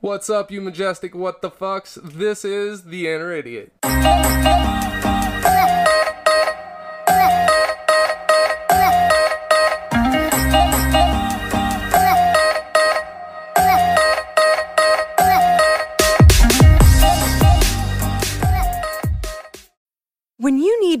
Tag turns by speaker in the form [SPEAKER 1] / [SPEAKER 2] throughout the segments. [SPEAKER 1] What's up, you majestic what the fucks? This is the Inner Idiot.
[SPEAKER 2] When you need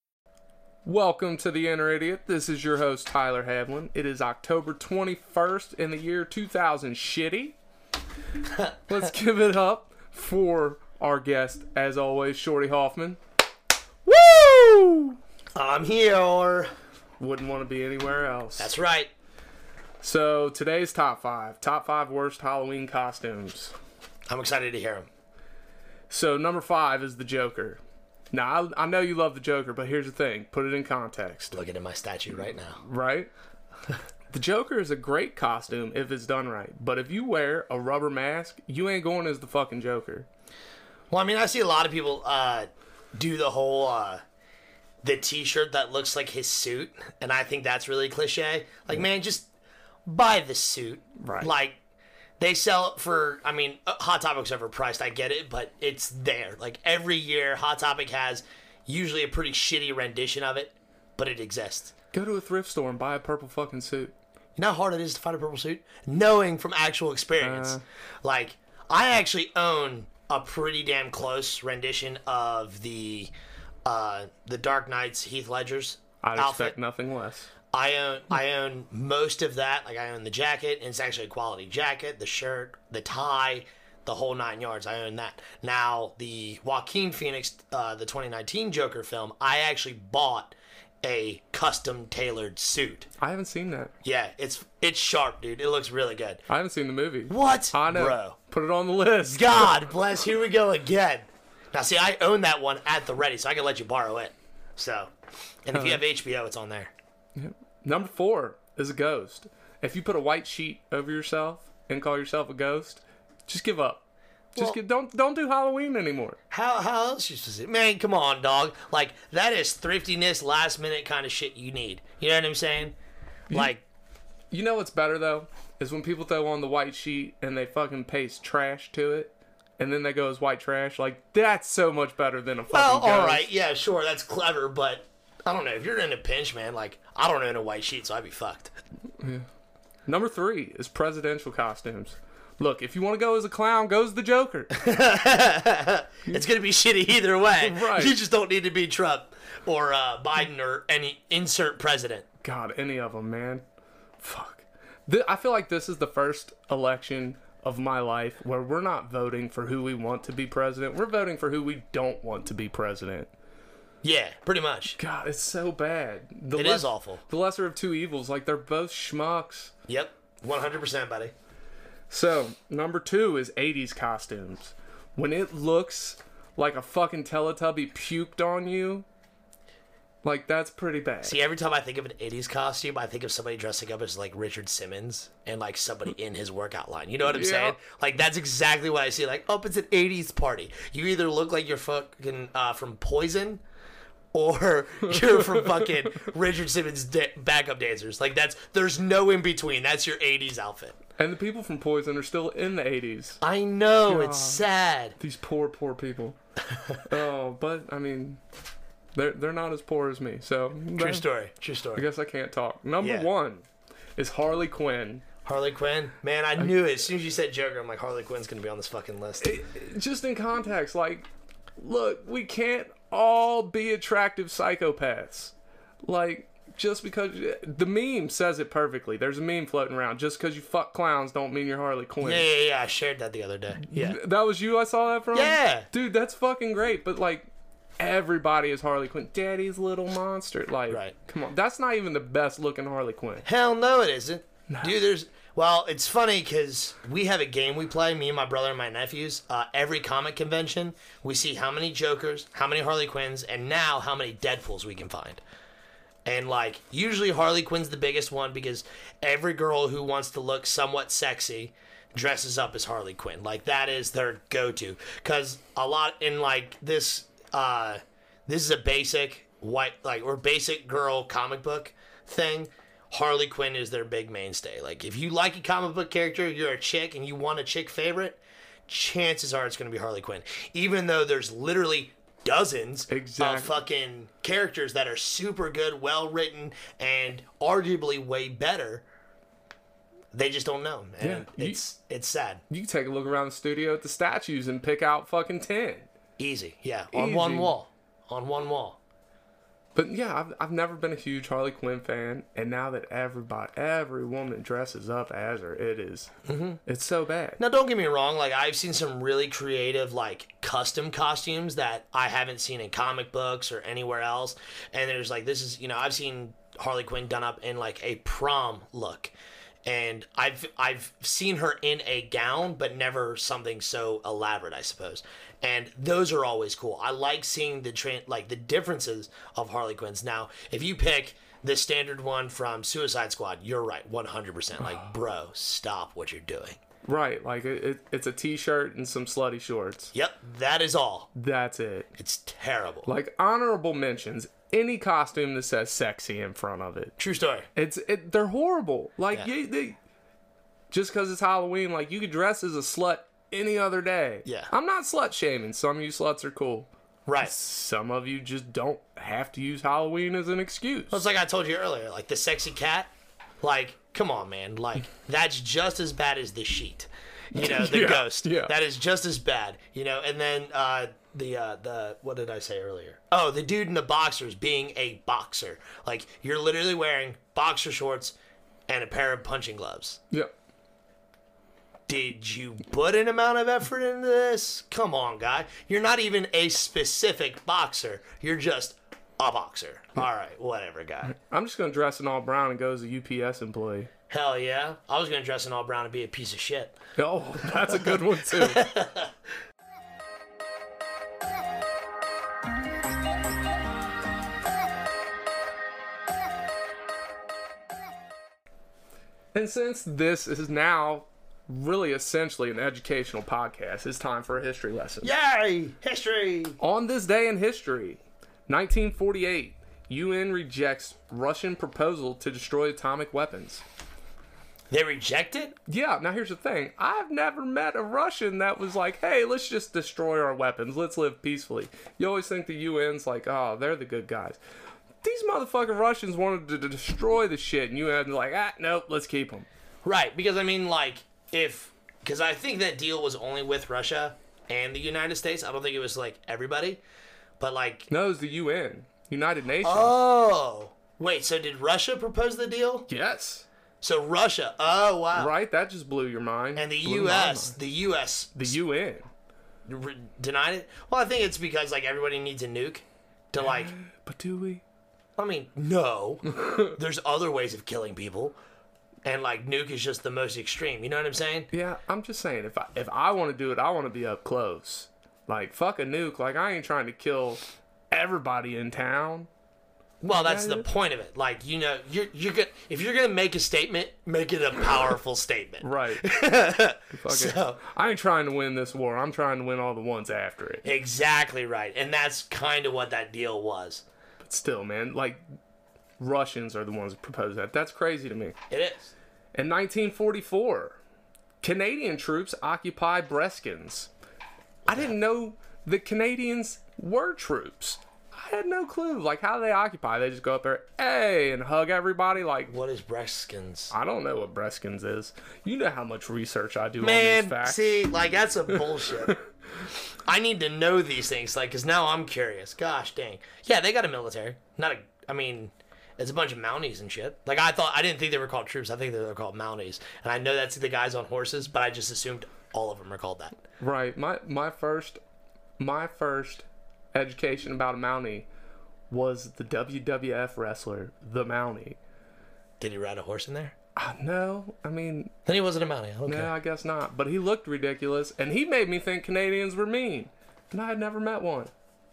[SPEAKER 1] Welcome to the Inner Idiot. This is your host Tyler Havlin. It is October 21st in the year 2000. Shitty. Let's give it up for our guest, as always, Shorty Hoffman. Woo!
[SPEAKER 3] I'm here.
[SPEAKER 1] Wouldn't want to be anywhere else.
[SPEAKER 3] That's right.
[SPEAKER 1] so today's top five, top five worst Halloween costumes.
[SPEAKER 3] I'm excited to hear him.
[SPEAKER 1] So number five is the Joker. Now I, I know you love the Joker, but here's the thing: put it in context,
[SPEAKER 3] Looking at my statue right now.
[SPEAKER 1] right? the Joker is a great costume if it's done right, but if you wear a rubber mask, you ain't going as the fucking Joker.
[SPEAKER 3] Well, I mean, I see a lot of people uh, do the whole uh, the T-shirt that looks like his suit, and I think that's really cliche. Like, man, just buy the suit.
[SPEAKER 1] Right.
[SPEAKER 3] Like, they sell it for. I mean, uh, Hot Topic's overpriced. I get it, but it's there. Like every year, Hot Topic has usually a pretty shitty rendition of it, but it exists.
[SPEAKER 1] Go to a thrift store and buy a purple fucking suit.
[SPEAKER 3] You know how hard it is to find a purple suit? Knowing from actual
[SPEAKER 1] Uh.
[SPEAKER 3] experience. like, I actually own a pretty damn close rendition of the uh, the Dark Knight's Heath Ledger's
[SPEAKER 1] I'd
[SPEAKER 3] outfit.
[SPEAKER 1] expect nothing less.
[SPEAKER 3] I own I own most of that. Like I own the jacket, and it's actually a quality jacket, the shirt, the tie, the whole nine yards. I own that. Now the Joaquin Phoenix, uh, the 2019 Joker film, I actually bought a custom tailored suit.
[SPEAKER 1] I haven't seen that.
[SPEAKER 3] Yeah, it's it's sharp, dude. It looks really good.
[SPEAKER 1] I haven't seen the movie.
[SPEAKER 3] What?
[SPEAKER 1] I know.
[SPEAKER 3] Bro.
[SPEAKER 1] Put it on the list.
[SPEAKER 3] God bless. Here we go again. Now, see, I own that one at the ready, so I can let you borrow it. So, and if you have HBO, it's on there.
[SPEAKER 1] Number four is a ghost. If you put a white sheet over yourself and call yourself a ghost, just give up. Just
[SPEAKER 3] Well-
[SPEAKER 1] get, don't don't do Halloween anymore.
[SPEAKER 3] How how else you supposed to? Man, come on, dog. Like that is thriftiness, last minute kind of shit you need. You know what I'm saying? Like,
[SPEAKER 1] You know what's better though is when people throw on the white sheet and they fucking paste trash to it, and then they go as white trash. Like that's so much better than a fucking
[SPEAKER 3] well,
[SPEAKER 1] ghost.
[SPEAKER 3] oh, all right, yeah, sure, that's clever, but I don't know. If you're in a pinch, man, like I don't own a white sheet, so I'd be fucked.
[SPEAKER 1] Number three is presidential costumes. Look, if you want to go as a clown, go as the Joker.
[SPEAKER 3] It's gonna be shitty either way.
[SPEAKER 1] Right.
[SPEAKER 3] You just don't need to be Trump or uh, Biden or any insert president.
[SPEAKER 1] God, any of them, man. Fuck. Th- I feel like this is the first election of my life where we're not voting for who we want to be president. We're voting for who we don't want to be president.
[SPEAKER 3] Yeah, pretty much.
[SPEAKER 1] God, it's so bad. The
[SPEAKER 3] It
[SPEAKER 1] les-
[SPEAKER 3] is awful.
[SPEAKER 1] The lesser of two evils. Like, they're both schmucks.
[SPEAKER 3] Yep, one hundred percent, buddy.
[SPEAKER 1] So, number two is 80s costumes. When it looks like a fucking Teletubby puked on you, like, that's pretty bad.
[SPEAKER 3] See, every time I think of an '80s costume, I think of somebody dressing up as like Richard Simmons and like somebody in his workout line. You know what I'm
[SPEAKER 1] Yeah.
[SPEAKER 3] saying? Like that's exactly what I see. Like, oh, it's an '80s party. You either look like you're fucking uh, from Poison, or you're from fucking Richard Simmons da- backup dancers. Like that's there's no in between. That's your '80s outfit.
[SPEAKER 1] and the people from Poison are still in the 80s.
[SPEAKER 3] I know it's sad.
[SPEAKER 1] These poor, poor people. oh, but I mean, they're they're not as poor as me, so
[SPEAKER 3] True
[SPEAKER 1] that-
[SPEAKER 3] story. True
[SPEAKER 1] I
[SPEAKER 3] story.
[SPEAKER 1] guess I can't talk. Number
[SPEAKER 3] Yeah.
[SPEAKER 1] one is Harley Quinn.
[SPEAKER 3] Harley Quinn. Man, I knew it. As soon as you said Joker, I'm like Harley Quinn's gonna be on this fucking list.
[SPEAKER 1] Just in context, like, look, we can't all be attractive psychopaths. Like, just because the meme says it perfectly. There's a meme floating around. Just because you fuck clowns, don't mean you're Harley Quinn.
[SPEAKER 3] Yeah, yeah, yeah. I shared that the other day. Yeah.
[SPEAKER 1] That was you I saw that from?
[SPEAKER 3] Yeah.
[SPEAKER 1] Dude, that's fucking great. But like everybody is Harley Quinn. Daddy's little monster. Like
[SPEAKER 3] Right.
[SPEAKER 1] come on. That's not even the best looking Harley Quinn.
[SPEAKER 3] Hell no, it isn't. Dude, there's Well, it's funny because we have a game we play, me and my brother and my nephews, uh, every comic convention. We see how many Jokers, how many Harley Quinns, and now how many Deadpools we can find. And like, usually Harley Quinn's the biggest one because every girl who wants to look somewhat sexy dresses up as Harley Quinn. Like that is their go-to cuz a lot in like this uh this is a basic white like or basic girl comic book thing. Harley Quinn is their big mainstay. Like if you like a comic book character, you're a chick and you want a chick favorite, chances are it's going to be Harley Quinn. Even though there's literally dozens
[SPEAKER 1] Exactly.
[SPEAKER 3] of fucking characters that are super good, well written, and arguably way better. They just don't know, and
[SPEAKER 1] Yeah, you-
[SPEAKER 3] it's it's sad.
[SPEAKER 1] You can take a look around the studio at the statues and pick out fucking 10.
[SPEAKER 3] Easy, yeah, on one
[SPEAKER 1] Easy.
[SPEAKER 3] wall, on one wall.
[SPEAKER 1] But yeah, I've, I've never been a huge Harley Quinn fan, and now that everybody, every woman dresses up as her, it is-
[SPEAKER 3] Mm-hmm.
[SPEAKER 1] it's so bad.
[SPEAKER 3] Now, don't get me wrong. Like, I've seen some really creative, like, custom costumes that I haven't seen in comic books or anywhere else. And there's like, this is, you know, I've seen Harley Quinn done up in like a prom look, and I've I've seen her in a gown, but never something so elaborate, I suppose. And those are always cool. I like seeing the tra- like the differences of Harley Quinns. Now, if you pick the standard one from Suicide Squad, you're right, 100%. Like, bro, stop what you're doing.
[SPEAKER 1] Right, like it, it, it's a t-shirt and some slutty shorts.
[SPEAKER 3] Yep, that is all.
[SPEAKER 1] That's it.
[SPEAKER 3] It's terrible.
[SPEAKER 1] Like honorable mentions, any costume that says sexy in front of it.
[SPEAKER 3] True story.
[SPEAKER 1] It's it, they're horrible. Like
[SPEAKER 3] Yeah.
[SPEAKER 1] you, they, just because it's Halloween, like you could dress as a slut any other day.
[SPEAKER 3] Yeah.
[SPEAKER 1] I'm not slut shaming. Some of you sluts are cool.
[SPEAKER 3] Right.
[SPEAKER 1] Some of you just don't have to use Halloween as an excuse.
[SPEAKER 3] It's like I told you earlier, like the sexy cat. Like, come on, man. Like, that's just as bad as the sheet. You know, the
[SPEAKER 1] Yeah,
[SPEAKER 3] ghost.
[SPEAKER 1] yeah.
[SPEAKER 3] That is just as bad. You know, and then uh, the uh, the what did I say earlier? Oh, the dude in the boxers being a boxer. Like, you're literally wearing boxer shorts and a pair of punching gloves.
[SPEAKER 1] yeah.
[SPEAKER 3] Did you put an amount of effort into this? Come on, guy. You're not even a specific boxer. You're just a boxer. All right, whatever, guy.
[SPEAKER 1] I'm just gonna dress in all brown and go as a UPS employee.
[SPEAKER 3] Hell yeah. I was going to dress in all brown and be a piece of shit.
[SPEAKER 1] Oh, that's a good one too. and since this is now really essentially an educational podcast, it's time for a history lesson.
[SPEAKER 3] Yay! History!
[SPEAKER 1] On this day in history, 1948, UN rejects Russian proposal to destroy atomic weapons.
[SPEAKER 3] They reject it?
[SPEAKER 1] Yeah, now here's the thing. I've never met a Russian that was like, hey, let's just destroy our weapons. Let's live peacefully. You always think the UN's like, oh, they're the good guys. These motherfucking Russians wanted to d- destroy the shit, and UN's like, ah, nope, let's keep them.
[SPEAKER 3] Right, because I mean, like, if. Because I think that deal was only with Russia and the United States. I don't think it was, like, everybody. But, like.
[SPEAKER 1] No, it's the UN, United Nations.
[SPEAKER 3] Oh! Wait, so did Russia propose the deal?
[SPEAKER 1] yes.
[SPEAKER 3] So Russia. Oh, wow.
[SPEAKER 1] Right? That just blew your mind.
[SPEAKER 3] And the
[SPEAKER 1] Blew my
[SPEAKER 3] U.S.
[SPEAKER 1] mind.
[SPEAKER 3] The U.S.
[SPEAKER 1] The UN.
[SPEAKER 3] re- denied it. Well, I think it's because like everybody needs a nuke to like.
[SPEAKER 1] But do we?
[SPEAKER 3] I mean, no. There's other ways of killing people, and like nuke is just the most extreme. You know what I'm saying?
[SPEAKER 1] Yeah, I'm just saying if I if I want to do it, I want to be up close. Like fuck a nuke. Like I ain't trying to kill everybody in town.
[SPEAKER 3] Well, that's the
[SPEAKER 1] Yeah.
[SPEAKER 3] point of it. Like you know, you're you're gonna if you're gonna make a statement, make it a powerful statement.
[SPEAKER 1] Right. Fuck it.
[SPEAKER 3] So-
[SPEAKER 1] I ain't trying to win this war. I'm trying to win all the ones after it.
[SPEAKER 3] Exactly right, and that's kind of what that deal was.
[SPEAKER 1] But still, man, like Russians are the ones that proposed that. That's crazy to me.
[SPEAKER 3] It is.
[SPEAKER 1] In 1944, Canadian troops occupy Breskens. I didn't know the Canadians were troops. I had no clue. Like how do they occupy? They just go up there, hey, and hug everybody. Like
[SPEAKER 3] What is Breskins?
[SPEAKER 1] I don't know what Breskins is. You know how much research I do on these
[SPEAKER 3] Man,
[SPEAKER 1] facts.
[SPEAKER 3] see, like that's a bullshit. I need to know these things, like, cause now I'm curious. Gosh dang, yeah, they got a military. Not a, I mean, it's a bunch of Mounties and shit. Like I thought, I didn't think they were called troops. I think they were called Mounties, and I know that's the guys on horses, but I just assumed all of them are called that.
[SPEAKER 1] Right. My my first my first education about a Mountie was the WWF wrestler, the Mountie.
[SPEAKER 3] Did he ride a horse in there?
[SPEAKER 1] No, I mean,
[SPEAKER 3] Then he wasn't a Mountie. I don't
[SPEAKER 1] no,
[SPEAKER 3] care.
[SPEAKER 1] I guess not. But he looked ridiculous, and he made me think Canadians were mean, and I had never met one.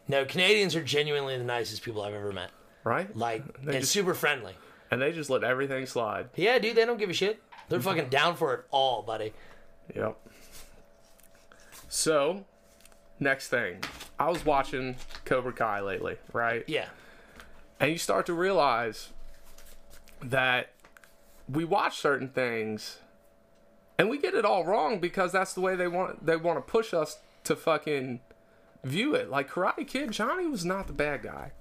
[SPEAKER 3] No, Canadians are genuinely the nicest people I've ever met.
[SPEAKER 1] Right?
[SPEAKER 3] Like, and
[SPEAKER 1] just-
[SPEAKER 3] super friendly.
[SPEAKER 1] And they just let everything slide.
[SPEAKER 3] Yeah, dude, they don't give a shit. They're
[SPEAKER 1] Mm-hmm.
[SPEAKER 3] fucking down for it all, buddy.
[SPEAKER 1] Yep. So, next thing, I was watching Cobra Kai lately, right?
[SPEAKER 3] Yeah.
[SPEAKER 1] and you start to realize that we watch certain things and we get it all wrong because that's the way they want they want to push us to fucking view it like karate kid johnny was not the bad guy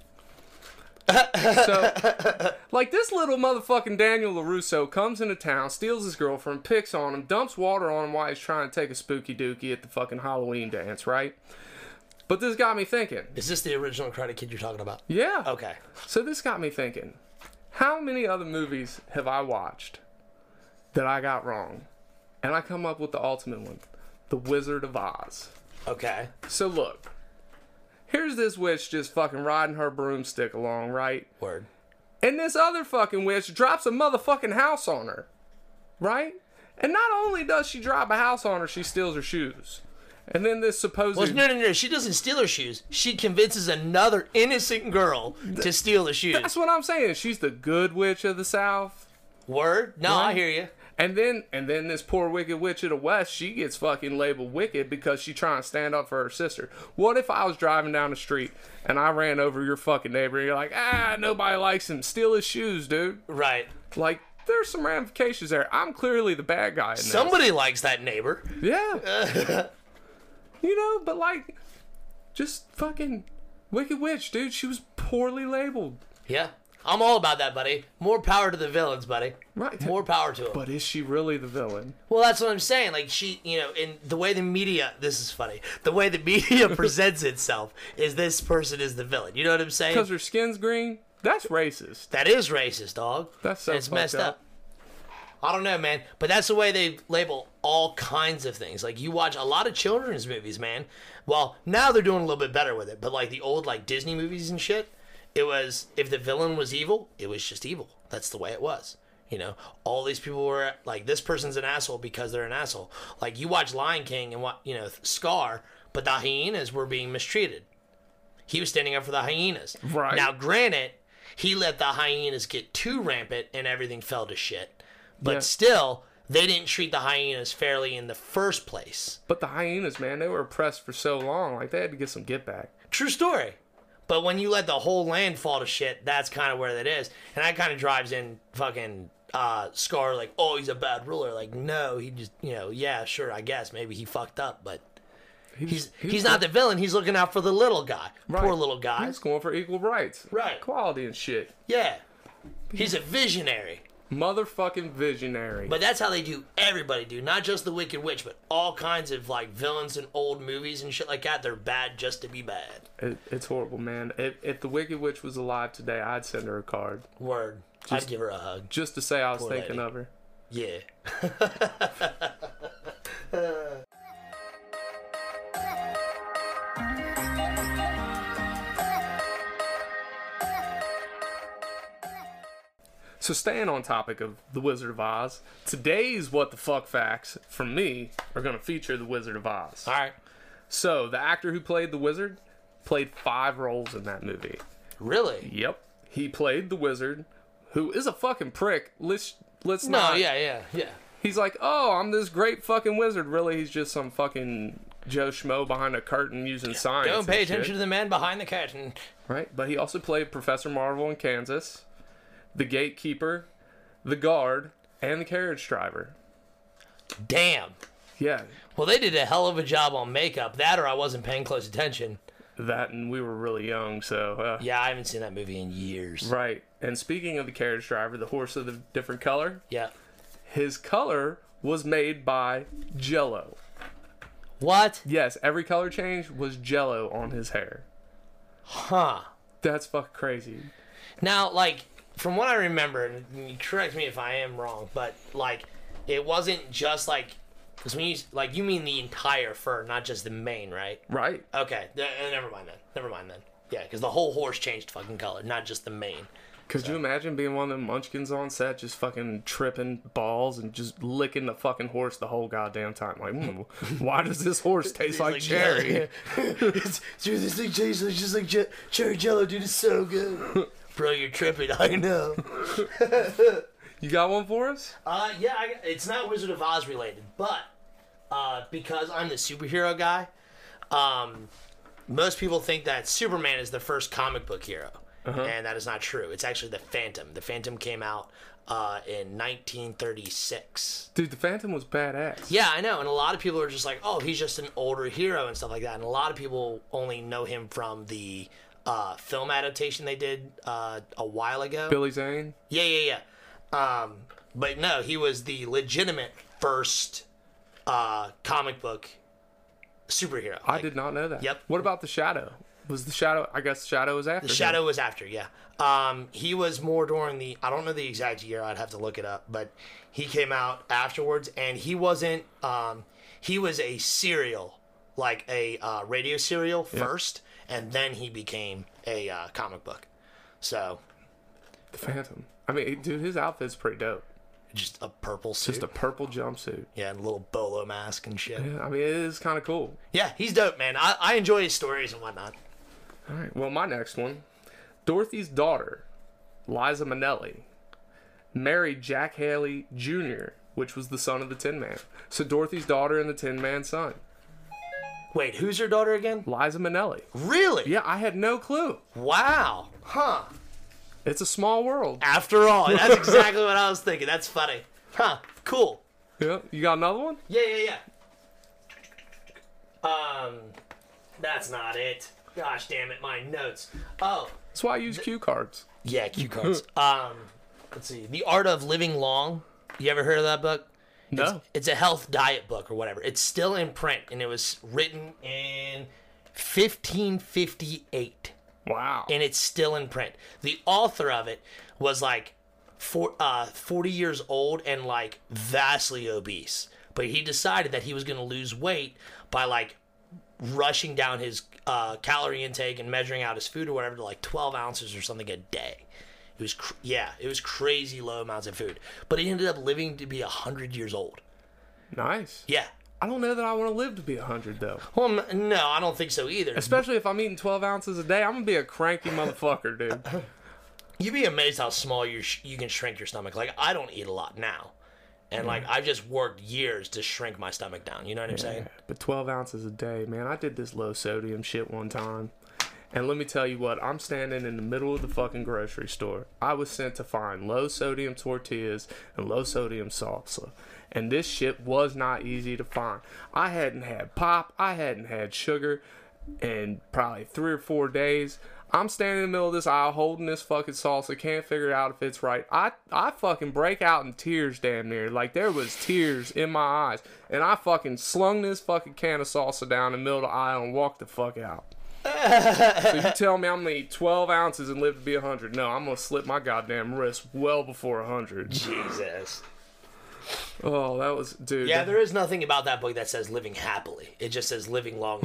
[SPEAKER 1] so like this little motherfucking daniel larusso comes into town steals his girlfriend picks on him dumps water on him while he's trying to take a spooky dookie at the fucking halloween dance right but this got me thinking
[SPEAKER 3] Is this the original Karate Kid you're talking about?
[SPEAKER 1] yeah
[SPEAKER 3] Okay.
[SPEAKER 1] so this got me thinking. How many other movies have I watched that I got wrong? And I come up with the ultimate one, The Wizard of Oz.
[SPEAKER 3] Okay.
[SPEAKER 1] So look, here's this witch just fucking riding her broomstick along, right?
[SPEAKER 3] Word.
[SPEAKER 1] And this other fucking witch drops a motherfucking house on her, right? And not only does she drop a house on her, she steals her shoes. And then this supposed
[SPEAKER 3] Well, no, no, no. She doesn't steal her shoes. She convinces another innocent girl to steal the shoes.
[SPEAKER 1] that's what I'm saying. She's the good witch of the South.
[SPEAKER 3] Word? No, I hear you.
[SPEAKER 1] And then and then this poor wicked witch of the west, she gets fucking labeled wicked because she trying to stand up for her sister. What if I was driving down the street and I ran over your fucking neighbor and you're like, ah, nobody likes him. Steal his shoes, dude.
[SPEAKER 3] Right.
[SPEAKER 1] Like, there's some ramifications there. I'm clearly the bad guy in this.
[SPEAKER 3] Somebody likes that neighbor.
[SPEAKER 1] Yeah. you know, but like just fucking Wicked Witch, dude, she was poorly labeled.
[SPEAKER 3] Yeah. I'm all about that, buddy. More power to the villains, buddy.
[SPEAKER 1] Right.
[SPEAKER 3] More power to them.
[SPEAKER 1] But is she really the villain?
[SPEAKER 3] Well, that's what I'm saying. Like she, you know, in the way the media, this is funny. The way the media presents itself is this person is the villain. You know what I'm
[SPEAKER 1] Because
[SPEAKER 3] saying?
[SPEAKER 1] her skin's green? That's racist.
[SPEAKER 3] That is racist, dog.
[SPEAKER 1] That's so
[SPEAKER 3] it's messed
[SPEAKER 1] fucked
[SPEAKER 3] up. I don't know, man, but that's the way they label all kinds of things. Like you watch a lot of children's movies, man. Well, now they're doing a little bit better with it, but like the old like Disney movies and shit, it was if the villain was evil, it was just evil. That's the way it was. You know, all these people were like, this person's an asshole because they're an asshole. Like you watch Lion King and what you know Scar, but the hyenas were being mistreated. He was standing up for the hyenas.
[SPEAKER 1] Right.
[SPEAKER 3] now, granted, he let the hyenas get too rampant and everything fell to shit. But
[SPEAKER 1] Yeah.
[SPEAKER 3] still, they didn't treat the hyenas fairly in the first place.
[SPEAKER 1] But the hyenas, man, they were oppressed for so long. Like they had to get some get back.
[SPEAKER 3] True story. But when you let the whole land fall to shit, that's kind of where that is. And that kind of drives in fucking uh, Scar, like, oh, he's a bad ruler. Like, no, he just, you know, yeah, sure, I guess. Maybe he fucked up, but he's, he's, not the villain. He's looking out for the little guy. Poor little guy.
[SPEAKER 1] He's going for equal rights,
[SPEAKER 3] Right.
[SPEAKER 1] Equality and shit.
[SPEAKER 3] Yeah. He's a visionary.
[SPEAKER 1] Motherfucking visionary.
[SPEAKER 3] But that's how they do everybody, dude. Not just the Wicked Witch, but all kinds of like villains in old movies and shit like that. They're bad just to be bad.
[SPEAKER 1] It, it's horrible, man. If, if the Wicked Witch was alive today, I'd send her a card
[SPEAKER 3] Word. I'd give her a hug.
[SPEAKER 1] just to say I was thinking
[SPEAKER 3] lady.
[SPEAKER 1] of her.
[SPEAKER 3] Yeah.
[SPEAKER 1] So staying on topic of the Wizard of Oz, today's what the fuck facts from me are going to feature the Wizard of Oz.
[SPEAKER 3] All right.
[SPEAKER 1] So the actor who played the wizard played five roles in that movie.
[SPEAKER 3] Really?
[SPEAKER 1] Yep. He played the wizard, who is a fucking prick. Let's let's
[SPEAKER 3] No,
[SPEAKER 1] not.
[SPEAKER 3] yeah, yeah, yeah.
[SPEAKER 1] He's like, oh, I'm this great fucking wizard. Really, he's just some fucking Joe Schmo behind a curtain using signs.
[SPEAKER 3] Don't pay
[SPEAKER 1] and shit,
[SPEAKER 3] attention to the man behind the curtain.
[SPEAKER 1] right? But he also played Professor Marvel in Kansas, the gatekeeper, the guard, and the carriage driver.
[SPEAKER 3] Damn.
[SPEAKER 1] Yeah,
[SPEAKER 3] Well, they did a hell of a job on makeup. That or I wasn't paying close attention.
[SPEAKER 1] that, and we were really young, so. Uh,
[SPEAKER 3] Yeah, I haven't seen that movie in years.
[SPEAKER 1] Right. And speaking of the carriage driver, the horse of the different color,
[SPEAKER 3] Yeah.
[SPEAKER 1] his color was made by Jello.
[SPEAKER 3] What?
[SPEAKER 1] Yes, every color change was Jello on his hair.
[SPEAKER 3] Huh.
[SPEAKER 1] That's fucking crazy.
[SPEAKER 3] Now, like from what I remember, and you correct me if I am wrong, but like it wasn't just like because when you like you mean the entire fur, not just the mane, right?
[SPEAKER 1] Right.
[SPEAKER 3] Okay, th- uh, never mind then. Never mind then. Yeah, because the whole horse changed fucking color, not just the mane.
[SPEAKER 1] Could you imagine being one of them munchkins on set, just fucking tripping balls and just licking the fucking horse the whole goddamn time? Like, mm, why does this horse taste like, cherry?
[SPEAKER 3] it's, dude, this thing tastes like- just like je- cherry jello, dude. It's so good. Bro, you're tripping. I know.
[SPEAKER 1] You got one for us?
[SPEAKER 3] Uh, yeah, I, it's not Wizard of Oz related, but uh, because I'm the superhero guy, um, most people think that Superman is the first comic book hero, and that is not true. It's actually the Phantom. The Phantom came out uh, in 1936.
[SPEAKER 1] Dude, the Phantom was badass.
[SPEAKER 3] Yeah, I know, and a lot of people are just like, "Oh, he's just an older hero and stuff like that," and a lot of people only know him from the uh, film adaptation they did uh, a while ago.
[SPEAKER 1] Billy Zane.
[SPEAKER 3] Yeah, yeah, yeah. Um, but no, he was the legitimate first uh, comic book superhero.
[SPEAKER 1] I did not know that.
[SPEAKER 3] Yep.
[SPEAKER 1] What about the Shadow? Was the Shadow? I guess Shadow was after. him.
[SPEAKER 3] Shadow was after, yeah. Um, he was more during the I don't know the exact year. I'd have to look it up, but he came out afterwards, and he wasn't. Um, he was a serial, like a uh, radio serial first, and then he became a uh, comic book. So
[SPEAKER 1] The Phantom. I mean, dude, his outfit's pretty dope.
[SPEAKER 3] just a purple suit,
[SPEAKER 1] Just a purple jumpsuit.
[SPEAKER 3] yeah, and a little bolo mask and shit.
[SPEAKER 1] Yeah, I mean, it is kind of cool.
[SPEAKER 3] Yeah, he's dope, man. I, I enjoy his stories and whatnot.
[SPEAKER 1] All right. Well, my next one Dorothy's daughter, Liza Minnelli, married Jack Haley Jr., which was the son of the Tin Man. So Dorothy's daughter and the Tin Man's son,
[SPEAKER 3] Wait, who's your daughter again?
[SPEAKER 1] Liza Minnelli.
[SPEAKER 3] Really?
[SPEAKER 1] Yeah, I had no clue.
[SPEAKER 3] Wow. Huh.
[SPEAKER 1] It's a small world.
[SPEAKER 3] After all, that's exactly what I was thinking. That's funny. Huh. Cool.
[SPEAKER 1] Yeah, you got another one?
[SPEAKER 3] Yeah, yeah, yeah. Um, that's not it. Gosh damn it, my notes. Oh.
[SPEAKER 1] That's why I use cue cards.
[SPEAKER 3] Yeah, cue cards. um, let's see. The Art of Living Long. You ever heard of that book?
[SPEAKER 1] No.
[SPEAKER 3] It's a health diet book or whatever. It's still in print and it was written in 1558.
[SPEAKER 1] Wow.
[SPEAKER 3] and it's still in print. The author of it was like four, uh, 40 years old and like vastly obese. But he decided that he was going to lose weight by like rushing down his uh, calorie intake and measuring out his food or whatever to like 12 ounces or something a day. It was, cr- yeah, it was crazy low amounts of food. But he ended up living to be 100 years old.
[SPEAKER 1] Nice.
[SPEAKER 3] Yeah.
[SPEAKER 1] I don't know that I want to live to be 100, though.
[SPEAKER 3] Well, m- no, I don't think so either.
[SPEAKER 1] Especially if I'm eating 12 ounces a day, I'm going to be a cranky motherfucker, dude.
[SPEAKER 3] you'd be amazed how small you sh- you can shrink your stomach. Like I don't eat a lot now, and like
[SPEAKER 1] Mm.
[SPEAKER 3] I've just worked years to shrink my stomach down. You know what I'm saying?
[SPEAKER 1] But 12 ounces a day, man. I did this low sodium shit one time. And let me tell you what, I'm standing in the middle of the fucking grocery store. I was sent to find low sodium tortillas and low sodium salsa. And this shit was not easy to find. I hadn't had pop, I hadn't had sugar in probably three or four days. I'm standing in the middle of this aisle holding this fucking salsa, can't figure out if it's right. I, I fucking break out in tears damn near. Like there was tears in my eyes. And I fucking slung this fucking can of salsa down in the middle of the aisle and walked the fuck out. So you tell me I'm gonna eat 12 ounces and live to be 100? No, I'm gonna slip my goddamn wrist well before 100.
[SPEAKER 3] Jesus.
[SPEAKER 1] Oh, that was dude.
[SPEAKER 3] Yeah,
[SPEAKER 1] that-
[SPEAKER 3] there is nothing about that book that says living happily. It just says living long,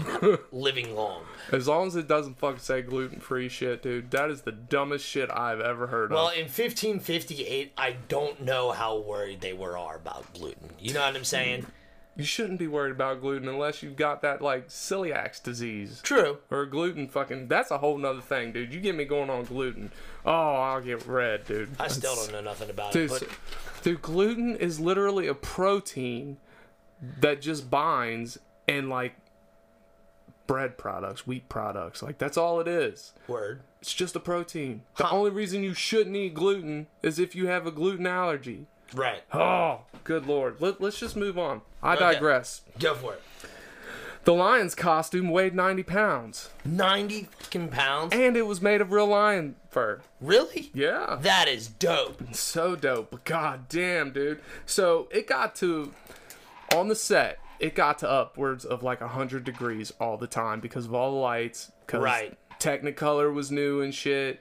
[SPEAKER 3] living long.
[SPEAKER 1] as long as it doesn't fucking say gluten free shit, dude, that is the dumbest shit I've ever heard
[SPEAKER 3] Well,
[SPEAKER 1] of.
[SPEAKER 3] in 1558, I don't know how worried they were are about gluten. You know what I'm saying?
[SPEAKER 1] You shouldn't be worried about gluten unless you've got that like celiac disease
[SPEAKER 3] True.
[SPEAKER 1] or gluten fucking. That's a whole nother thing, dude. You get me going on gluten. Oh, I'll get red, dude.
[SPEAKER 3] I still don't know nothing about
[SPEAKER 1] Dude,
[SPEAKER 3] it. But
[SPEAKER 1] so- dude, gluten is literally a protein that just binds in like bread products, wheat products. Like that's all it is.
[SPEAKER 3] word.
[SPEAKER 1] It's just a protein. The only reason you shouldn't eat gluten is if you have a gluten allergy.
[SPEAKER 3] Right.
[SPEAKER 1] Oh, good lord. Let, let's just move on. I digress.
[SPEAKER 3] Go for it.
[SPEAKER 1] The lion's costume weighed 90 pounds,
[SPEAKER 3] 90 fucking pounds.
[SPEAKER 1] and it was made of real lion fur.
[SPEAKER 3] Really?
[SPEAKER 1] Yeah.
[SPEAKER 3] That is dope.
[SPEAKER 1] so dope. But god damn, dude. So it got to on the set, it got to upwards of like hundred degrees all the time because of all the lights. 'cause
[SPEAKER 3] Right.
[SPEAKER 1] Technicolor was new and shit.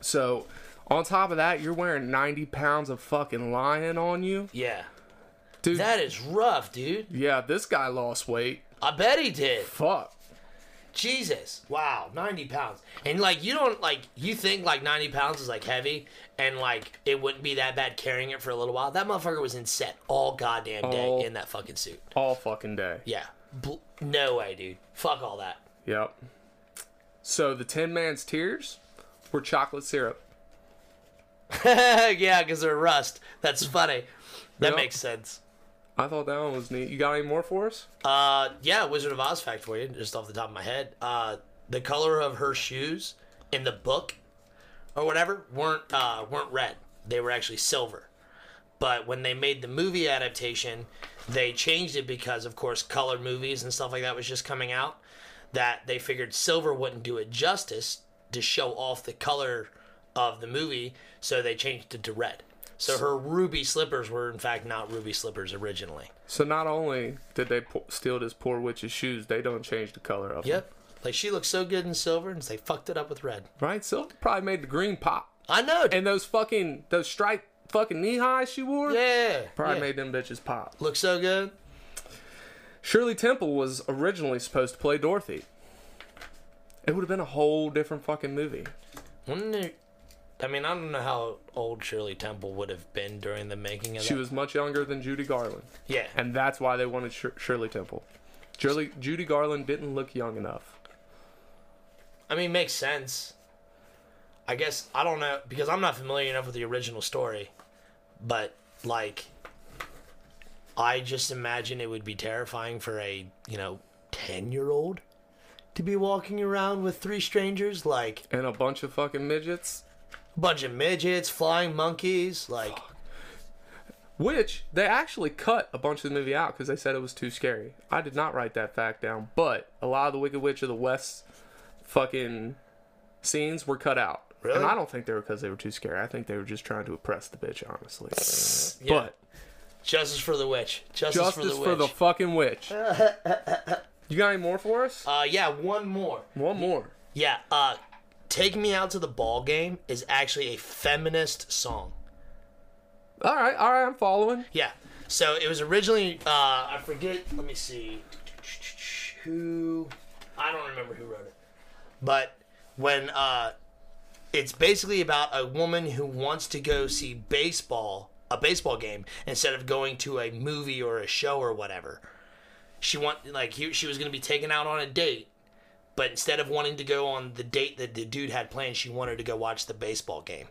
[SPEAKER 1] So on top of that, you're wearing ninety pounds of fucking lion on you.
[SPEAKER 3] Yeah.
[SPEAKER 1] Dude.
[SPEAKER 3] That is rough, dude.
[SPEAKER 1] Yeah, this guy lost weight.
[SPEAKER 3] I bet he did.
[SPEAKER 1] Fuck.
[SPEAKER 3] Jesus, wow, ninety pounds, and like you don't like you think like ninety pounds is like heavy, and like it wouldn't be that bad carrying it for a little while. That motherfucker was in set all goddamn day
[SPEAKER 1] All-
[SPEAKER 3] in that fucking suit.
[SPEAKER 1] all fucking day.
[SPEAKER 3] Yeah, Bl- no way, dude. Fuck all that.
[SPEAKER 1] Yep. So the Tin Man's tears were chocolate syrup.
[SPEAKER 3] yeah, because they're rust. That's funny. That
[SPEAKER 1] Yep.
[SPEAKER 3] makes sense.
[SPEAKER 1] I thought that one was neat. You got any more for us?
[SPEAKER 3] Uh, yeah, Wizard of Oz fact for you, just off the top of my head. Uh, the color of her shoes in the book or whatever weren't uh, weren't red. They were actually silver. But when they made the movie adaptation, they changed it because, of course, color movies and stuff like that was just coming out. That they figured silver wouldn't do it justice to show off the color of the movie, so they changed it to red. So her ruby slippers were, in fact, not ruby slippers originally.
[SPEAKER 1] So not only did they po- steal this poor witch's shoes, they don't change the color of them.
[SPEAKER 3] Yep. Like she looks so good in silver, and they fucked it up with red.
[SPEAKER 1] Right? So probably made the green pop.
[SPEAKER 3] I know. dude.
[SPEAKER 1] And those fucking those striped fucking knee highs she wore
[SPEAKER 3] yeah.
[SPEAKER 1] probably
[SPEAKER 3] yeah.
[SPEAKER 1] made them bitches pop.
[SPEAKER 3] look so good.
[SPEAKER 1] Shirley Temple was originally supposed to play Dorothy. It would have been a whole different fucking movie.
[SPEAKER 3] Wouldn't it- I mean, I don't know how old Shirley Temple would have been during the making of
[SPEAKER 1] She
[SPEAKER 3] that.
[SPEAKER 1] was much younger than Judy Garland,
[SPEAKER 3] yeah.
[SPEAKER 1] and that's why they wanted Shir- Shirley Temple. Shirley, Judy Garland didn't look young enough.
[SPEAKER 3] I mean, makes sense. I guess I don't know because I'm not familiar enough with the original story, but like, I just imagine it would be terrifying for a you know ten year old to be walking around with three strangers like
[SPEAKER 1] And a bunch of fucking midgets,
[SPEAKER 3] bunch of midgets, flying monkeys, like
[SPEAKER 1] which they actually cut a bunch of the movie out because they said it was too scary. I did not write that fact down, but a lot of the Wicked Witch of the West fucking scenes were cut out.
[SPEAKER 3] Really?
[SPEAKER 1] And I don't think they were because they were too scary. I think they were just trying to oppress the bitch, honestly.
[SPEAKER 3] Yeah.
[SPEAKER 1] But
[SPEAKER 3] justice for the witch, justice,
[SPEAKER 1] justice
[SPEAKER 3] for the
[SPEAKER 1] for,
[SPEAKER 3] witch.
[SPEAKER 1] the fucking witch. you got any more for us?
[SPEAKER 3] uh, yeah, one more.
[SPEAKER 1] One more.
[SPEAKER 3] Yeah, uh, take me out to the ball game is actually a feminist song.
[SPEAKER 1] All right, all right, I'm following.
[SPEAKER 3] Yeah, so it was originally uh, I forget. Let me see who I don't remember who wrote it, but when uh, it's basically about a woman who wants to go see baseball, a baseball game instead of going to a movie or a show or whatever. She want like he, she was going to be taken out on a date, but instead of wanting to go on the date that the dude had planned, she wanted to go watch the baseball game.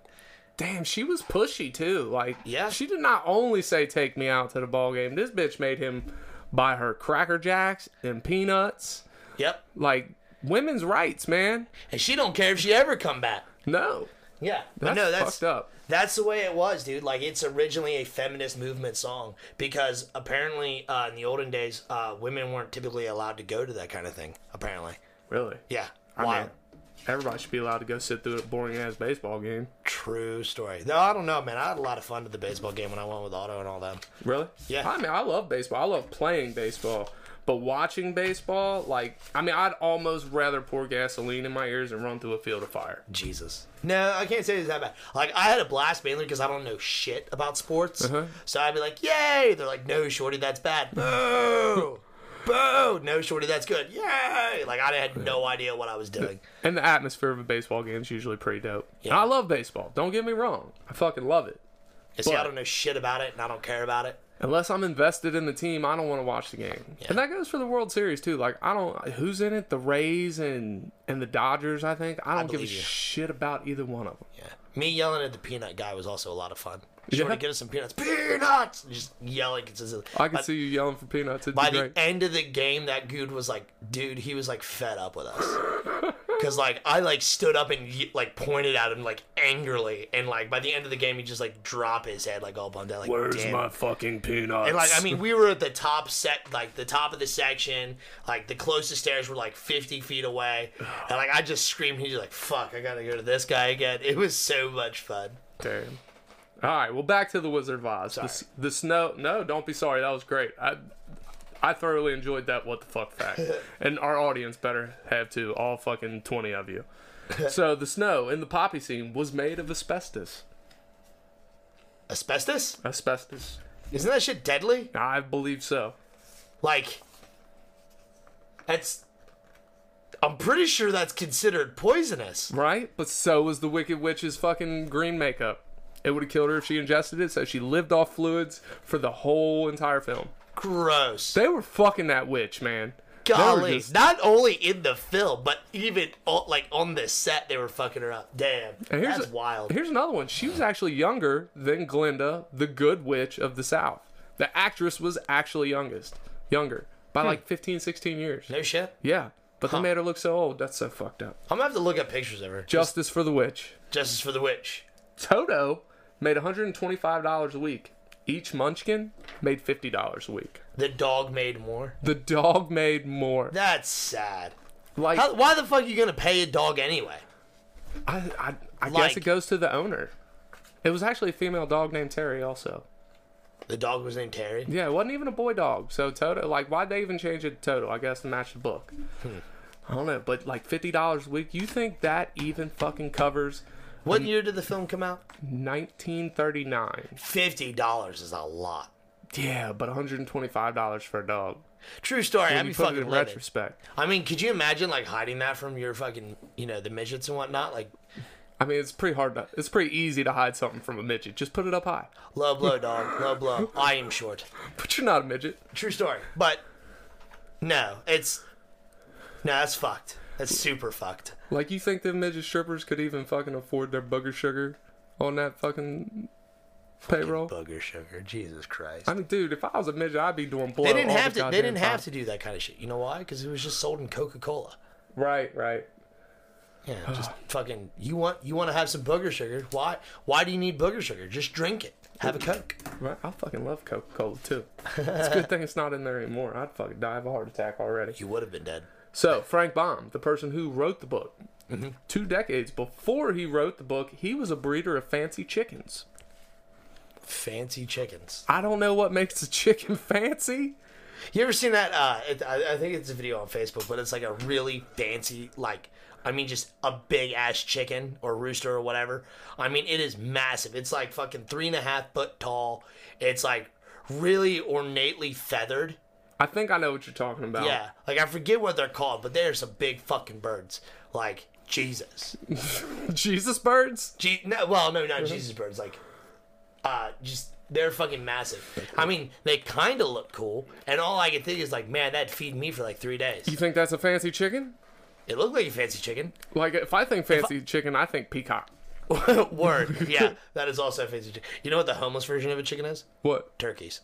[SPEAKER 1] Damn, she was pushy too. Like,
[SPEAKER 3] Yeah.
[SPEAKER 1] she did not only say "take me out to the ball game." This bitch made him buy her Cracker Jacks and peanuts.
[SPEAKER 3] Yep,
[SPEAKER 1] Like, women's rights, man.
[SPEAKER 3] and she don't care if she ever come back.
[SPEAKER 1] No,
[SPEAKER 3] Yeah,
[SPEAKER 1] that's,
[SPEAKER 3] but no, that's
[SPEAKER 1] fucked up.
[SPEAKER 3] That's the way it was, dude. Like it's originally a feminist movement song because apparently uh, in the olden days, uh, women weren't typically allowed to go to that kind of thing. Apparently,
[SPEAKER 1] Really?
[SPEAKER 3] yeah.
[SPEAKER 1] I
[SPEAKER 3] Wild.
[SPEAKER 1] mean, everybody should be allowed to go sit through a boring ass baseball game.
[SPEAKER 3] True story. No, I don't know, man. I had a lot of fun at the baseball game when I went with Otto and all them.
[SPEAKER 1] Really?
[SPEAKER 3] Yeah.
[SPEAKER 1] I mean, I love baseball. I love playing baseball. But watching baseball, like, I mean, I'd almost rather pour gasoline in my ears and run through a field of fire.
[SPEAKER 3] Jesus. No, I can't say it's that bad. Like I had a blast mainly because I don't know shit about sports,
[SPEAKER 1] Uh-huh.
[SPEAKER 3] so I'd be like, "Yay!" They're like, "No, shorty, that's bad." Boo. Boo! No, shorty, that's good. Yay! Like I had no idea what I was doing.
[SPEAKER 1] And the atmosphere of a baseball game is usually pretty dope. And I love baseball. Don't get me wrong. I fucking love it.
[SPEAKER 3] And see, I
[SPEAKER 1] But-
[SPEAKER 3] don't know shit about it, and I don't care about it.
[SPEAKER 1] Unless I'm invested in the team, I don't want to watch the game. And that goes for the World Series too. Like I don't who's in it? The Rays and and the Dodgers, I think. I don't give a
[SPEAKER 3] believe you.
[SPEAKER 1] shit about either one of them.
[SPEAKER 3] Yeah. Me yelling at the peanut guy was also a lot of fun. Shorty,
[SPEAKER 1] Yeah.
[SPEAKER 3] get us some peanuts. Peanuts! Just yelling consistently.
[SPEAKER 1] I can
[SPEAKER 3] By-
[SPEAKER 1] see you yelling for peanuts. It'd
[SPEAKER 3] By
[SPEAKER 1] be
[SPEAKER 3] the
[SPEAKER 1] great.
[SPEAKER 3] end of the game, that dude was like, dude, he was like fed up with us. Cause like I like stood up and ye- like pointed at him like angrily, and like by the end of the game, he just like drop his head like all bummed out. Like, damn.
[SPEAKER 1] fucking peanuts?
[SPEAKER 3] And like I mean, we were at the top set, like the top of the section. Like the closest stairs were like fifty feet away, and like I just screamed. He's like, "Fuck! I gotta go to this guy again." It was so much fun.
[SPEAKER 1] Damn. All right, well, back to the Wizard of Oz. The, s- the snow. No, don't be sorry. That was great. I, I thoroughly enjoyed that what the fuck fact, and our audience better have too. All fucking twenty of you. so the snow in the poppy scene was made of asbestos.
[SPEAKER 3] Asbestos?
[SPEAKER 1] Asbestos.
[SPEAKER 3] Isn't that shit deadly?
[SPEAKER 1] I believe so.
[SPEAKER 3] Like, that's. I'm pretty sure that's considered poisonous.
[SPEAKER 1] Right? But so was the Wicked Witch's fucking green makeup. It would have killed her if she ingested it, so she lived off fluids for the whole entire film.
[SPEAKER 3] Gross.
[SPEAKER 1] They were fucking that witch, man. They were
[SPEAKER 3] Golly,
[SPEAKER 1] just-
[SPEAKER 3] not only in the film, but even o- like on the set, they were fucking her up. Damn,
[SPEAKER 1] And
[SPEAKER 3] that's wild.
[SPEAKER 1] Here's another one. She was actually younger than Glinda, the good witch of the South. The actress was actually youngest, younger by
[SPEAKER 3] Hmm.
[SPEAKER 1] like 15, 16 years.
[SPEAKER 3] no shit.
[SPEAKER 1] Yeah, but they made her look so old. That's so fucked up.
[SPEAKER 3] I'm gonna have to look up pictures of her.
[SPEAKER 1] Justice for the witch.
[SPEAKER 3] Justice for the witch.
[SPEAKER 1] Toto made $125 a week. Each munchkin made $50 a week.
[SPEAKER 3] The dog made more.
[SPEAKER 1] The dog made more.
[SPEAKER 3] That's sad.
[SPEAKER 1] Like
[SPEAKER 3] How, why the fuck are you gonna pay a dog anyway?
[SPEAKER 1] I, I, I guess
[SPEAKER 3] Like-
[SPEAKER 1] it goes to the owner. It was actually a female dog named Terry, also.
[SPEAKER 3] The dog was named Terry.
[SPEAKER 1] Yeah, it wasn't even a boy dog. So Toto, like, why'd they even change it to Toto? I guess to match the book.
[SPEAKER 3] Hmm.
[SPEAKER 1] I don't know, but like fifty dollars a week. You think that even fucking covers
[SPEAKER 3] What year did the film come out?
[SPEAKER 1] nineteen thirty nine?
[SPEAKER 3] Fifty dollars is a lot.
[SPEAKER 1] Yeah, but one hundred and twenty five dollars for a dog.
[SPEAKER 3] True story. I'd
[SPEAKER 1] When
[SPEAKER 3] be
[SPEAKER 1] you put it
[SPEAKER 3] fucking
[SPEAKER 1] in
[SPEAKER 3] livid.
[SPEAKER 1] retrospect,
[SPEAKER 3] I mean, could you imagine like hiding that from your fucking, you know, the midgets and whatnot? Like,
[SPEAKER 1] I mean, it's pretty hard. To, it's pretty easy to hide something from a midget. Just put it up high.
[SPEAKER 3] low blow, dog, low blow. I am short.
[SPEAKER 1] But you're not a midget.
[SPEAKER 3] True story. But no, it's no, that's fucked. That's super fucked.
[SPEAKER 1] Like, you think the midget strippers could even fucking afford their booger sugar on that fucking payroll?
[SPEAKER 3] Booger sugar, Jesus Christ.
[SPEAKER 1] I mean, dude, if I was a midget, I'd be doing blow.
[SPEAKER 3] they didn't
[SPEAKER 1] all
[SPEAKER 3] have
[SPEAKER 1] the
[SPEAKER 3] to. They
[SPEAKER 1] goddamn
[SPEAKER 3] didn't have
[SPEAKER 1] time.
[SPEAKER 3] to do that kind of shit. You know why? Because it was just sold in Coca Cola.
[SPEAKER 1] Right, right.
[SPEAKER 3] Yeah, just fucking. You want you want to have some booger sugar? Why? Why do you need booger sugar? Just drink it. Have a Coke.
[SPEAKER 1] Right. I fucking love Coca Cola too. It's a good thing it's not in there anymore. I'd fucking die of a heart attack already.
[SPEAKER 3] You would have been dead.
[SPEAKER 1] So, Frank Baum, the person who wrote the book, two decades before he wrote the book, he was a breeder of fancy chickens.
[SPEAKER 3] Fancy chickens.
[SPEAKER 1] I don't know what makes a chicken fancy.
[SPEAKER 3] You ever seen that? Uh, it, I, I think it's a video on Facebook, but it's like a really fancy, like I mean, just a big ass chicken or rooster or whatever. I mean, it is massive. It's like fucking three and a half foot tall. It's like really ornately feathered.
[SPEAKER 1] I think I know what you're talking about.
[SPEAKER 3] Yeah, like I forget what they're called, but they're some big fucking birds. Like Jesus.
[SPEAKER 1] Jesus birds?
[SPEAKER 3] Je- no, well, no, not Jesus birds. Like, uh, just they're fucking massive. I mean, they kind of look cool, and all I can think is like, man, that'd feed me for like three
[SPEAKER 1] You
[SPEAKER 3] days.
[SPEAKER 1] think that's a fancy chicken?
[SPEAKER 3] It looked like a fancy chicken.
[SPEAKER 1] Like, if I think fancy chicken, I think peacock.
[SPEAKER 3] Word, yeah, that is also a fancy chicken. You know what the homeless version of a chicken is?
[SPEAKER 1] What?
[SPEAKER 3] Turkeys.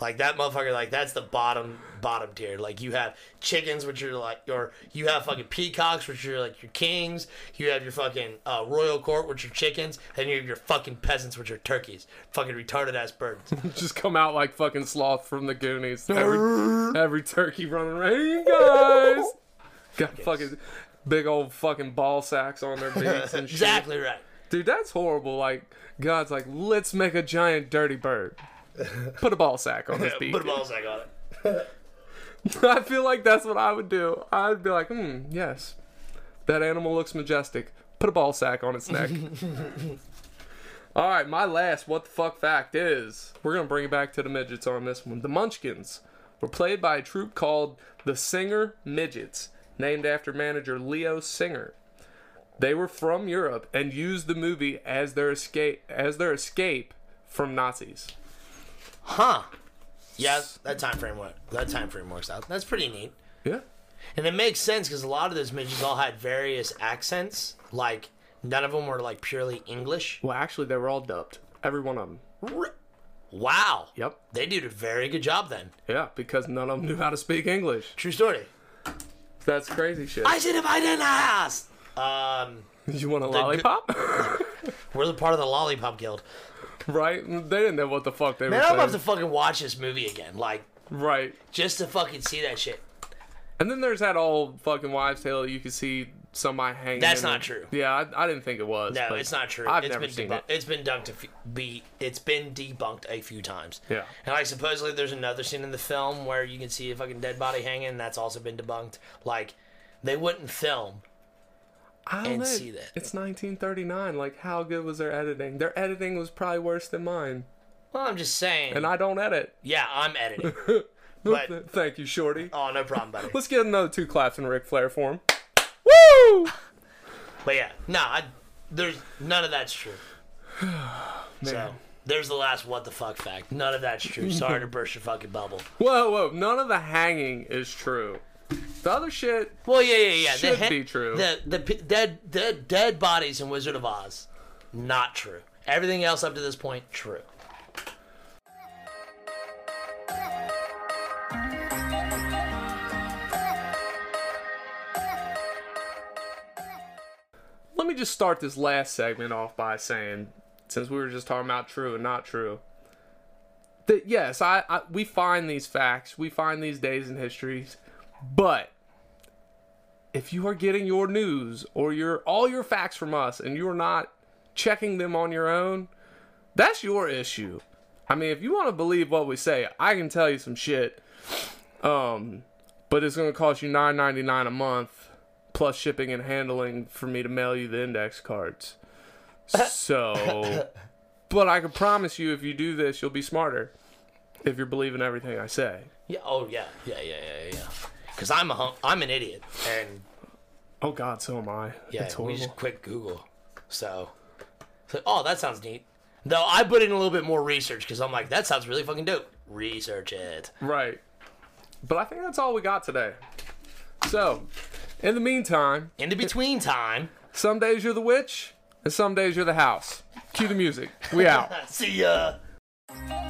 [SPEAKER 3] like that motherfucker. Like that's the bottom bottom tier. Like you have chickens, which are like your. You have fucking peacocks, which are like your kings. You have your fucking uh, royal court, which are chickens, and you have your fucking peasants, which are turkeys. Fucking retarded ass birds.
[SPEAKER 1] Just come out like fucking sloth from the Goonies. Every, every turkey running around. Hey, guys! Got fucking big old fucking ball sacks on their beaks and shit.
[SPEAKER 3] exactly right.
[SPEAKER 1] Dude, that's horrible. Like, God's like, let's make a giant dirty bird. Put a ball sack on his beak.
[SPEAKER 3] Put a ball sack on it.
[SPEAKER 1] I feel like that's what I would do. I'd be like, hmm, yes. That animal looks majestic. Put a ball sack on its neck. All right, my last what the fuck fact is we're going to bring it back to the midgets on this one. The Munchkins were played by a troupe called the Singer Midgets, named after manager Leo Singer. They were from Europe and used the movie as their escape as their escape from Nazis.
[SPEAKER 3] Huh? Yeah, that time frame work. That time frame works out. That's pretty neat.
[SPEAKER 1] Yeah.
[SPEAKER 3] And it makes sense because a lot of those midgets all had various accents. Like none of them were like purely English.
[SPEAKER 1] Well, actually, they were all dubbed. Every one of them.
[SPEAKER 3] R- Wow.
[SPEAKER 1] Yep.
[SPEAKER 3] They did a very good job then.
[SPEAKER 1] Yeah, because none of them knew how to speak English.
[SPEAKER 3] True story.
[SPEAKER 1] That's crazy shit.
[SPEAKER 3] I should have I didn't ask. Um,
[SPEAKER 1] you want a lollipop?
[SPEAKER 3] we're the part of the lollipop guild.
[SPEAKER 1] right? They didn't know what the fuck they
[SPEAKER 3] Man, I'm
[SPEAKER 1] were
[SPEAKER 3] about
[SPEAKER 1] saying.
[SPEAKER 3] to fucking watch this movie again, like
[SPEAKER 1] right.
[SPEAKER 3] just to fucking see that shit.
[SPEAKER 1] And then there's that old fucking wives' tale that you can see somebody hanging.
[SPEAKER 3] That's
[SPEAKER 1] in
[SPEAKER 3] not
[SPEAKER 1] it.
[SPEAKER 3] true.
[SPEAKER 1] Yeah, I, I didn't think it was.
[SPEAKER 3] No,
[SPEAKER 1] but
[SPEAKER 3] it's not true.
[SPEAKER 1] I've
[SPEAKER 3] It's
[SPEAKER 1] never
[SPEAKER 3] been
[SPEAKER 1] seen
[SPEAKER 3] debunked.
[SPEAKER 1] it.
[SPEAKER 3] It's been dunked a few, be it's been debunked a few times.
[SPEAKER 1] Yeah.
[SPEAKER 3] And like supposedly there's another scene in the film where you can see a fucking dead body hanging and that's also been debunked. Like they wouldn't film.
[SPEAKER 1] I don't
[SPEAKER 3] and
[SPEAKER 1] know.
[SPEAKER 3] see that.
[SPEAKER 1] It's 1939. Like, how good was their editing? Their editing was probably worse than mine.
[SPEAKER 3] Well, I'm just saying.
[SPEAKER 1] And I don't edit.
[SPEAKER 3] yeah, I'm editing. But
[SPEAKER 1] Thank you, Shorty.
[SPEAKER 3] oh, no problem, buddy.
[SPEAKER 1] Let's get another two claps and Ric Flair for him. Woo!
[SPEAKER 3] But yeah, no, I, there's none of that's true. so there's the last what the fuck fact. None of that's true. Sorry to burst your fucking bubble.
[SPEAKER 1] Whoa, whoa! None of the hanging is true. The other shit,
[SPEAKER 3] Well, yeah, yeah, yeah.
[SPEAKER 1] Should
[SPEAKER 3] the he-
[SPEAKER 1] be true.
[SPEAKER 3] The the p- dead dead dead bodies in Wizard of Oz, not true. Everything else up to this point, true.
[SPEAKER 1] Let me just start this last segment off by saying, since we were just talking about true and not true, that yes, I, I we find these facts, we find these days in histories, but if you are getting your news or your all your facts from us and you're not checking them on your own, that's your issue. I mean, if you want to believe what we say, I can tell you some shit. Um, but it's gonna cost you nine ninety nine a month plus shipping and handling for me to mail you the index cards. So, but I can promise you, if you do this, you'll be smarter. If you're believing everything I say,
[SPEAKER 3] Yeah. Oh yeah. Yeah yeah yeah yeah. Because I'm a hum- I'm an idiot, and
[SPEAKER 1] oh God, so am I.
[SPEAKER 3] yeah,
[SPEAKER 1] it's
[SPEAKER 3] we
[SPEAKER 1] horrible.
[SPEAKER 3] just quick Google. So, so oh, that sounds neat. Though I put in a little bit more research because I'm like, that sounds really fucking dope. Research it.
[SPEAKER 1] Right. But I think that's all we got today. So, in the meantime,
[SPEAKER 3] In the between time,
[SPEAKER 1] some days you're the witch, and some days you're the house. Cue the music. We out.
[SPEAKER 3] see ya.